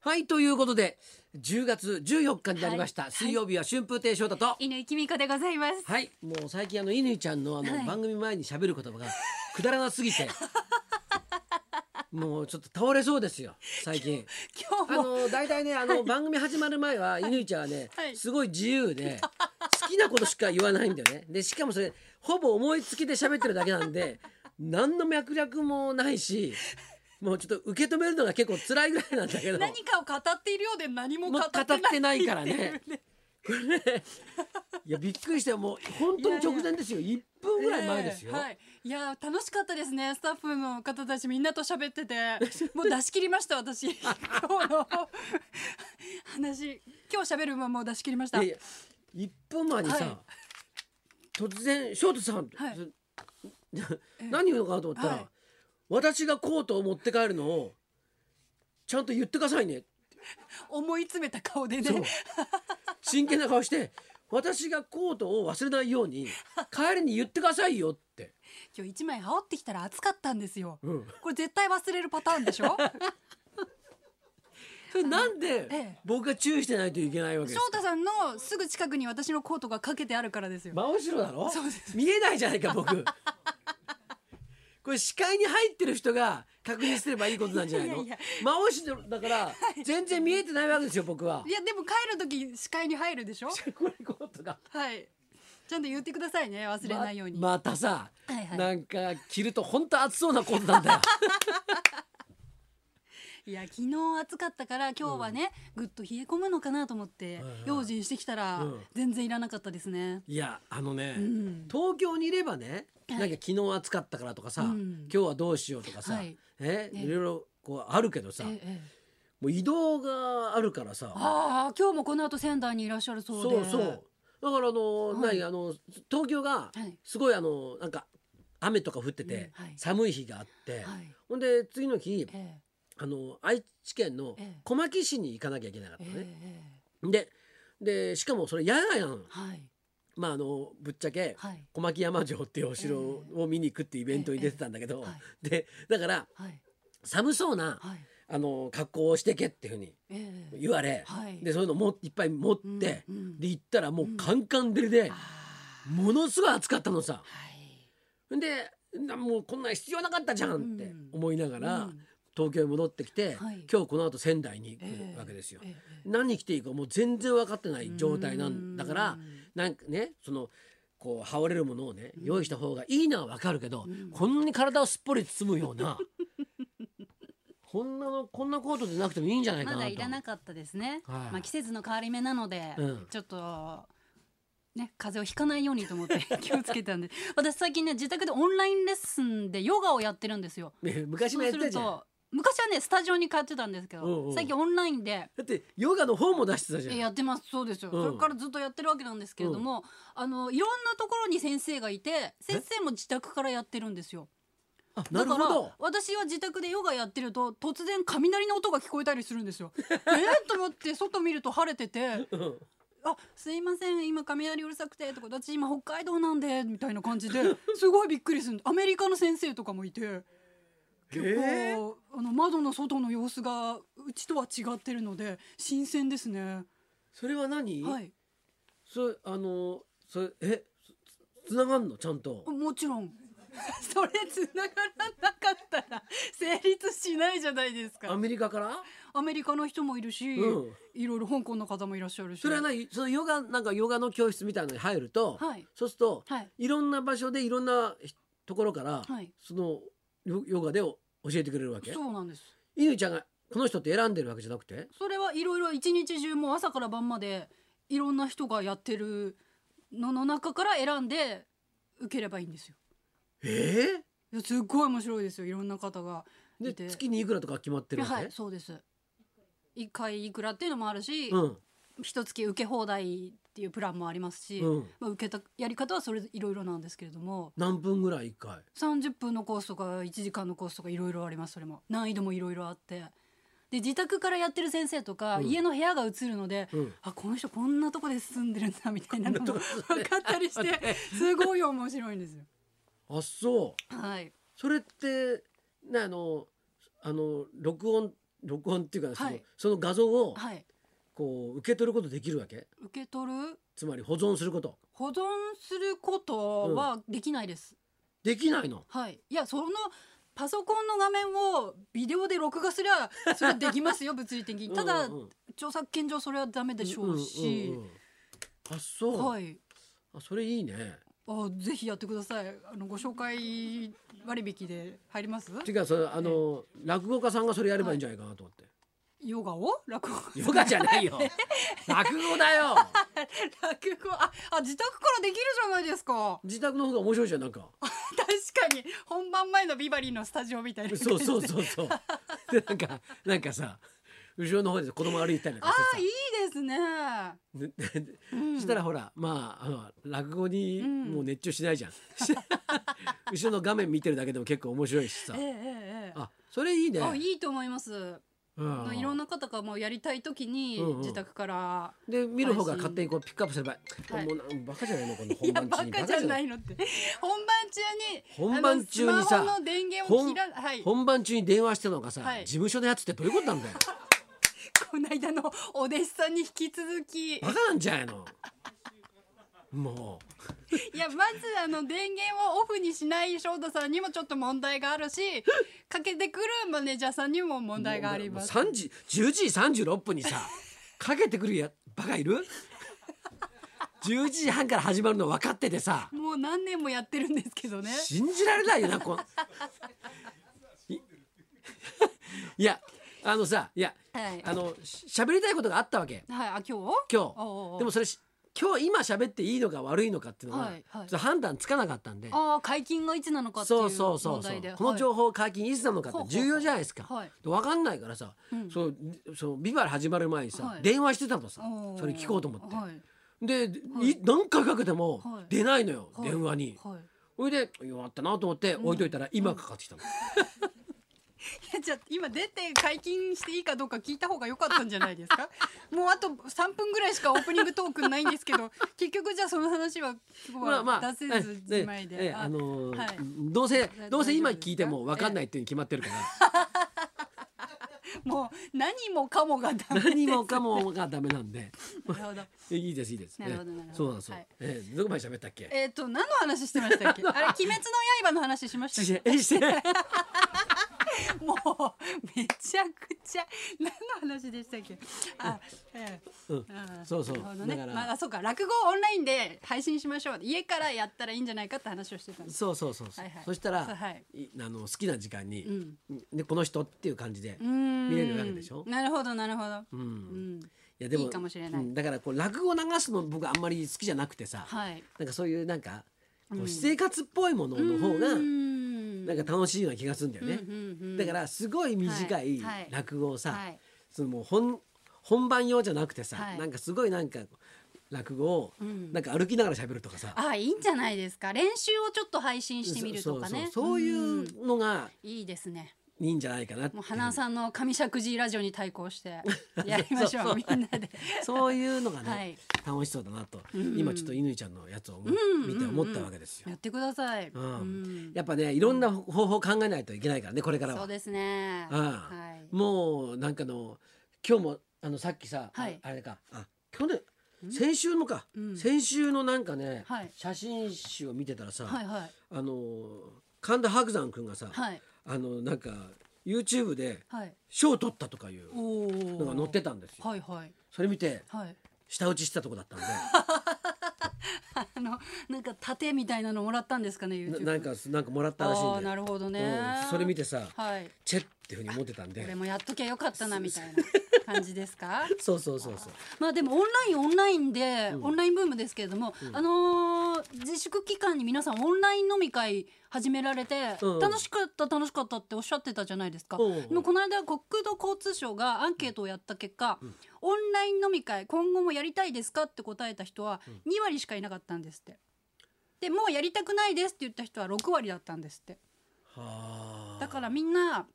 はいということで10月14日になりました、はい水曜日は春風亭昇太とはい、犬井きみこでございます。もう最近あの乾ちゃんのあの、はい番組前に喋る言葉がくだらなすぎてもうちょっと倒れそうですよ最近今あ日もの大体ねあの、番組始まる前は乾ちゃんはね、はいすごい自由で好きなことしか言わないんだよねでしかもそれほぼ思いつきで喋ってるだけなんで何の脈絡もないしもうちょっと受け止めるのが結構辛いぐらいなんだけど何かを語っているようで何もも語うってない語ってないからね。これね、いやびっくりしたよもう本当に直前ですよ。一分ぐらい前ですよ。ええはい。いやー楽しかったですね。スタッフの方たちみんなと 喋ってて、もう出し切りました私。今日の話、今日喋る分もう出し切りました。いやいや一分前にさ、はい突然ショートさん、はいず何言うのかなと思ったら、はい私がコートを持って帰るのをちゃんと言ってくださいね。思い詰めた顔でそうね。真剣な顔して私がコートを忘れないように帰りに言ってくださいよって。今日一枚羽織ってきたら暑かったんですよ。うん、これ絶対忘れるパターンでしょ。それなんえでえ僕が注意してないといけないわけです 翔か。太さんのすぐ近くに私のコートがかけてあるからですよ。真後ろだろそうです見えないじゃないか僕 これ視界に入ってる人が確認すればいいことなんじゃないのいやいや真後ろだから全然見えてないわけですよ僕はいやでも帰る時視界に入るでしょこれことがはいちゃんと言ってくださいね忘れないように、ままたさ、はいはいなんか着ると本当暑そうなコートなんだ よいや昨日暑かったから今日はね、ぐっと冷え込むのかなと思って、はいはい用心してきたら、うん全然いらなかったですねいやあのね、うん東京にいればねなんはいか昨日暑かったからとかさ、うん今日はどうしようとかさ、はいえねいろいろこうあるけどさ、ええもう移動があるからさああ今日もこの後仙台にいらっしゃるそうそうでそうだからあの、はい何あの東京がはいすごいあのなんか雨とか降ってて、うんはい寒い日があって、はいほんで次の日ええあの愛知県のええ小牧市に行かなきゃいけなかったえのえね。えででしかもそれ野外なのえはいまああのぶっちゃけはい小牧山城っていうお城を見に行くっていうイベントに出てたんだけど、はいでだからはい寒そうなはいあの格好をしてけっていうふうにええ言われ、はいでそういうのもいっぱい持って、うんでうん行ったらもうカンカン照りで。ああものすごい暑かったのさはいでなもうこんなん必要なかったじゃんってうん思いながら、うん東京に戻ってきて、はい今日この後仙台にえ行くえわけですよ、えええ何着ていいかもう全然分かってなえい状態なんだからうんなんかねそのこう羽織れるものをねうん用意した方がいいのは分かるけど、うんこんなに体をすっぽり包むような こんなのこんなコートでなくてもいいんじゃないかまなと。だいらなかったですね。はいまあ季節の変わり目なので、うんちょっと。ね、風邪をひかないようにと 思って気をつけたんで私最近ね自宅でオンラインレッスンでヨガをやってるんですよ。ね昔もやってたじゃん。そうすだると昔はねスタジオに通ってたんですけど、うんうん最近オンラインでってヨガの本も出してたじゃん。えやってますそうですよ、うんそれからずっとやってるわけなんですけれども、あのいろんなところに先生がいて先生も自宅からやってるんですよ。あなだるほからど。私は自宅でヨガやってると突然雷の音が聞こえたりするんですよ。 えー、と思って外見ると晴れててうん「あすいません今雷うるさくて」とか「私今北海道なんで」みたいな 感じですごいびっくりするアメリカの先生とかもいて結構、えあの窓の外の様子がうちとは違ってるので新鮮ですね。それは何？はい、それあのそれえつつながんのちゃんともちろん それ繋がらなかったら成立しないじゃないですアかメリカからアメリカの人もいるし、うんいろいろ香港の方もいらっしゃるし。それは何そのヨガなんかヨガの教室みたいなのに入ると、はいそうすると、はい。い、ろんな場所でいろんなひところから、はい。そのヨヨガでお教えてくれるわけそうなんです。犬ちゃんがこの人って選んでるわけじゃなくてそれはいろいろ一日中もう朝から晩までいろんな人がやってるのの中から選んで受ければいいんですよ。えいやすっごい面白いですよ。いろんな方がえいて。で月にいくらとか決まってるわけ、はい、そうです。一回いくらっていうのもあるし、うん一月受け放題っていうプランもありますし、うんまあ受けたやり方はそれいろいろなんですけれども、何分ぐらい一回30分のコースとか1時間のコースとかいろいろありますそれも難易度もいろいろあってで自宅からやってる先生とか、うん家の部屋が映るので、うんあこの人こんなとこで住んでるんだみたいなのもこん分なとこかっ たりし待っててすごい面白いんですよ。あそうはい、それってねあのあの録音録音っていうかその,、はいその画像をはいこう受け取ることできるわけ受け取るつまり保存すること保存することはできないです、できないのはいいやそのパソコンの画面をビデオで録画すりゃそれはでき ますよ物理的にただ、うんうんうん著作権上それはダメでしょうし、んんんんあそう、はいあそれいいねあぜひやってくださいあのご紹介割引で入りますていうかそれあの、落語家さんがそれやればいいんじゃないかなと思って、ヨガを落語ヨガじゃない よ落語だよ落語ああ自宅からできるじゃないですか自宅の方が面白いじゃんなんか確かに本番前のビバリーのスタジオみたいな感じそでうそうそうそうでなんかなんかさ後ろの方で子供歩いたりなんあかしてあさいいですね、ねでうんしたらほらまああの落語にうんもう熱中しない じゃん、後ろの画面見てるだけでも結構面白いしさええええええあそれいいねあいいと思いますうんいろんな方がもうやりたい時にうんうん自宅から、で見る方が勝手にこうピックアップすれば、はいもうなんバカじゃないのこのい本や番バ中にカじゃないいのって本番中に本番中にさあのスマホの電源を切らはいこ本番中に電話してるのがさ、はい事務所のやつってどういうことなんだよの間のお弟子さんに引き続きいバカなんじゃないのもやまずあの電源をオフにしない翔太さんにもちょっと問題があるしかけてくるマネージャーさんにもう問題がありますもうもう3時10時36分に さかけてくるやバカいる11時半から始まるの分かっててさもう何年もやってるんですけどね信じられないよなこんい いやあのさいやはいあのし喋りたいことがあったわけはい、あ今日今日おうおうでもそれし今日今喋っていいのか悪いのかっていうのは、はいはいちょっと判断つかなかったんでああ解禁がいつなのかっていうそう問題でそうそうそう、この報情報解禁いつなのかっほうてほうほう重要じゃないですか、はいで分かんないからさ、うんそうそうビバル始まる前にさ、はい電話してたのさそれ聞こうと思って、はいで、いい何回かけてもはい出ないのよ、はい電話にはい、ほ、いで弱ったなと思って置いといたら、今かかってきたの、い やじゃあ今出て解禁していいかどうか聞いた方が良かったんじゃないです かもうあと3分ぐらいしかオープニングトークないんですけ ど結局じゃあその話は今日まあまあは出せずええじまいで、ええあのーはいどうせどうせ今大丈夫ですか聞いても分かんないっていうに決まってるから、 あもう何もかもがダメ何もかもがダメなんで。なるほどえいいですいいです。なるほどええなるほどそうなんですよ。はいええどこまで喋ったっけ？えっ、と何の話してま したっけあれ鬼滅の刃の話しましたっしけてえして ない。もうめちゃくちゃ何の話でしたっけあ、ええうんああそうそうなるほどねだからまあそうか落語をオンラインで配信しましょう家からやったらいいんじゃないかって話をしてたんですそうそうそうそう。はいはいそしたら、そうはいいあの好きな時間に、うんでこの人っていう感じでうーん見れるわけでしょ。なるほどなるほど、うん。うん、いやでもいいかもしれないうんだからこう落語流すの僕あんまり好きじゃなくてさ、はいなんかそういうなんかこううん私生活っぽいものの方がんなんか楽しいような気がするんだよね。うんうんうんだからすごい短いはいはい落語をさ、はいそのもう本本番用じゃなくてさ、はいなんかすごいなんか落語をうんなんか歩きながら喋るとかさ、あいいんじゃないですか練習をちょっと配信してみるとかねそうそうそういんうのがいいですねいいんじゃないかなっていもうう花さんの上尺寺ラジオに対抗してやりましょそううみんなで そういうのがね、はい楽しそうだなと、ん今ちょっと乾ちゃんのやつを思う、うん見て思ったわけですよや。ってください。ううんんやっぱねいろんな方法を考えないといけないからねこれからそうは。ですね。うんはい。もうなんかの今日もあのさっきさ、あはいあれかあ去年先週のか、うん先週のなんかね、はい写真集を見てたらさ、はいはいあの神田伯山君がさ、はいあのなんか YouTube ではい。賞を取ったとかいうおのが載っお。てたんですよ。はいはいそれ見てはい。舌打ちしたとこだったんあのなんか盾みたいなのもらったんですかね YouTube。でななんかなんかもらったらしいあんあでなるほどねうん。それ見てさはい。チェっていうふうに思ってたんこれでもやっときゃよかったなみたいな感じですか。 そうそうそうそうまあでもオンラインオンラインで、オンラインブームですけれども、あのー自粛期間に皆さんオンライン飲み会始められて、うん楽しかった楽しかったっておっしゃってたじゃないですか、うんうんでもこの間国土交通省がアンケートをやった結果、オンライン飲み会今後もやりたいですかって答えた人は2割しかいなかったんですってでもうやりたくないですって言った人は6割だったんですってはあだからみんな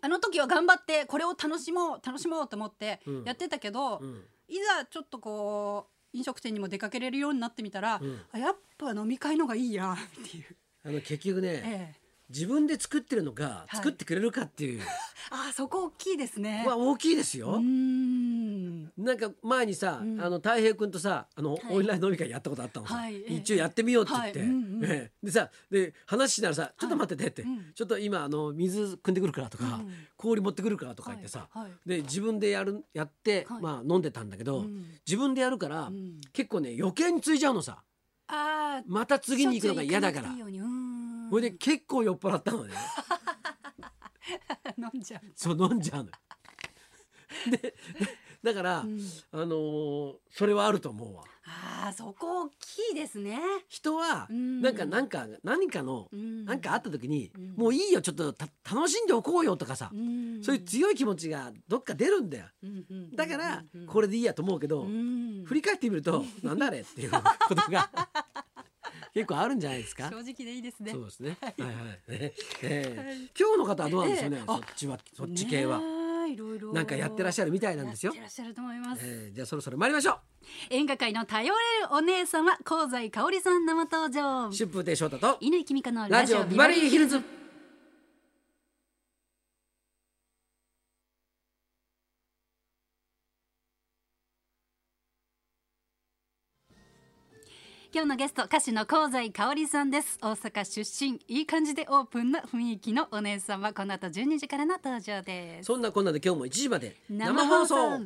あの時は頑張ってこれを楽しもう楽しもうと思ってうんやってたけど、うんいざちょっとこう飲食店にも出かけれるようになってみたら、うんあやっぱ飲み会のがいいやっていう、あの結局ねええ自分で作ってるのか、い作ってくれるかっていうあそこ大きいですね。は大きいですよ。うーん。なんか前にさ、うんあの太平君とさあの、いオンライン飲み会やったことあったのさ、はいええ一応やってみようって言って、はいうんうんええでさで話しながらさ「ちょっと待ってて」って、うんちょっと今あの水汲んでくるから」とか、うん氷持ってくるから」とか言ってさ、はいはいで自分でやるやって、はいまあ飲んでたんだけど、うん自分でやるから、うん結構ね余計についちゃうのさああ。また次に行くのが嫌だからしょっちゅう行かなくていいようにうーんこれで結構酔っ払ったのね飲んじゃう。そう飲んじゃうのよ。でだから、うんあのーそれはあると思うわ。ああそこ大きいですね。人はうんなんかなんか何かのうんなんかあった時にうんもういいよちょっとた楽しんでおこうよとかさうんそういう強い気持ちがどっか出るんだようんうんうんだからうんこれでいいやと思うけどうん振り返ってみる となんだあれっていうことが 結構あるんじゃないですか正。直でいいですね。そうですね。はいはい。ねえー今日の方はどうなんでしょうねええ。あそっちはそっち系はねえ。いろいろ。なんかやってらっしゃるみたいなんですよやって。らっしゃると思います。えーじゃあそろそろ参りましょ演歌界の頼れるお姉さま、香西香織さん生登場う。。春風亭昇太と犬木美香ラのラジジオオビビババリリーーヒヒルルズズ。今日のゲスト歌手の香西香織さんです大阪出身いい感じでオープンな雰囲気のお姉さまこの後12時からの登場ですそんなこんなで今日も1時まで生放送。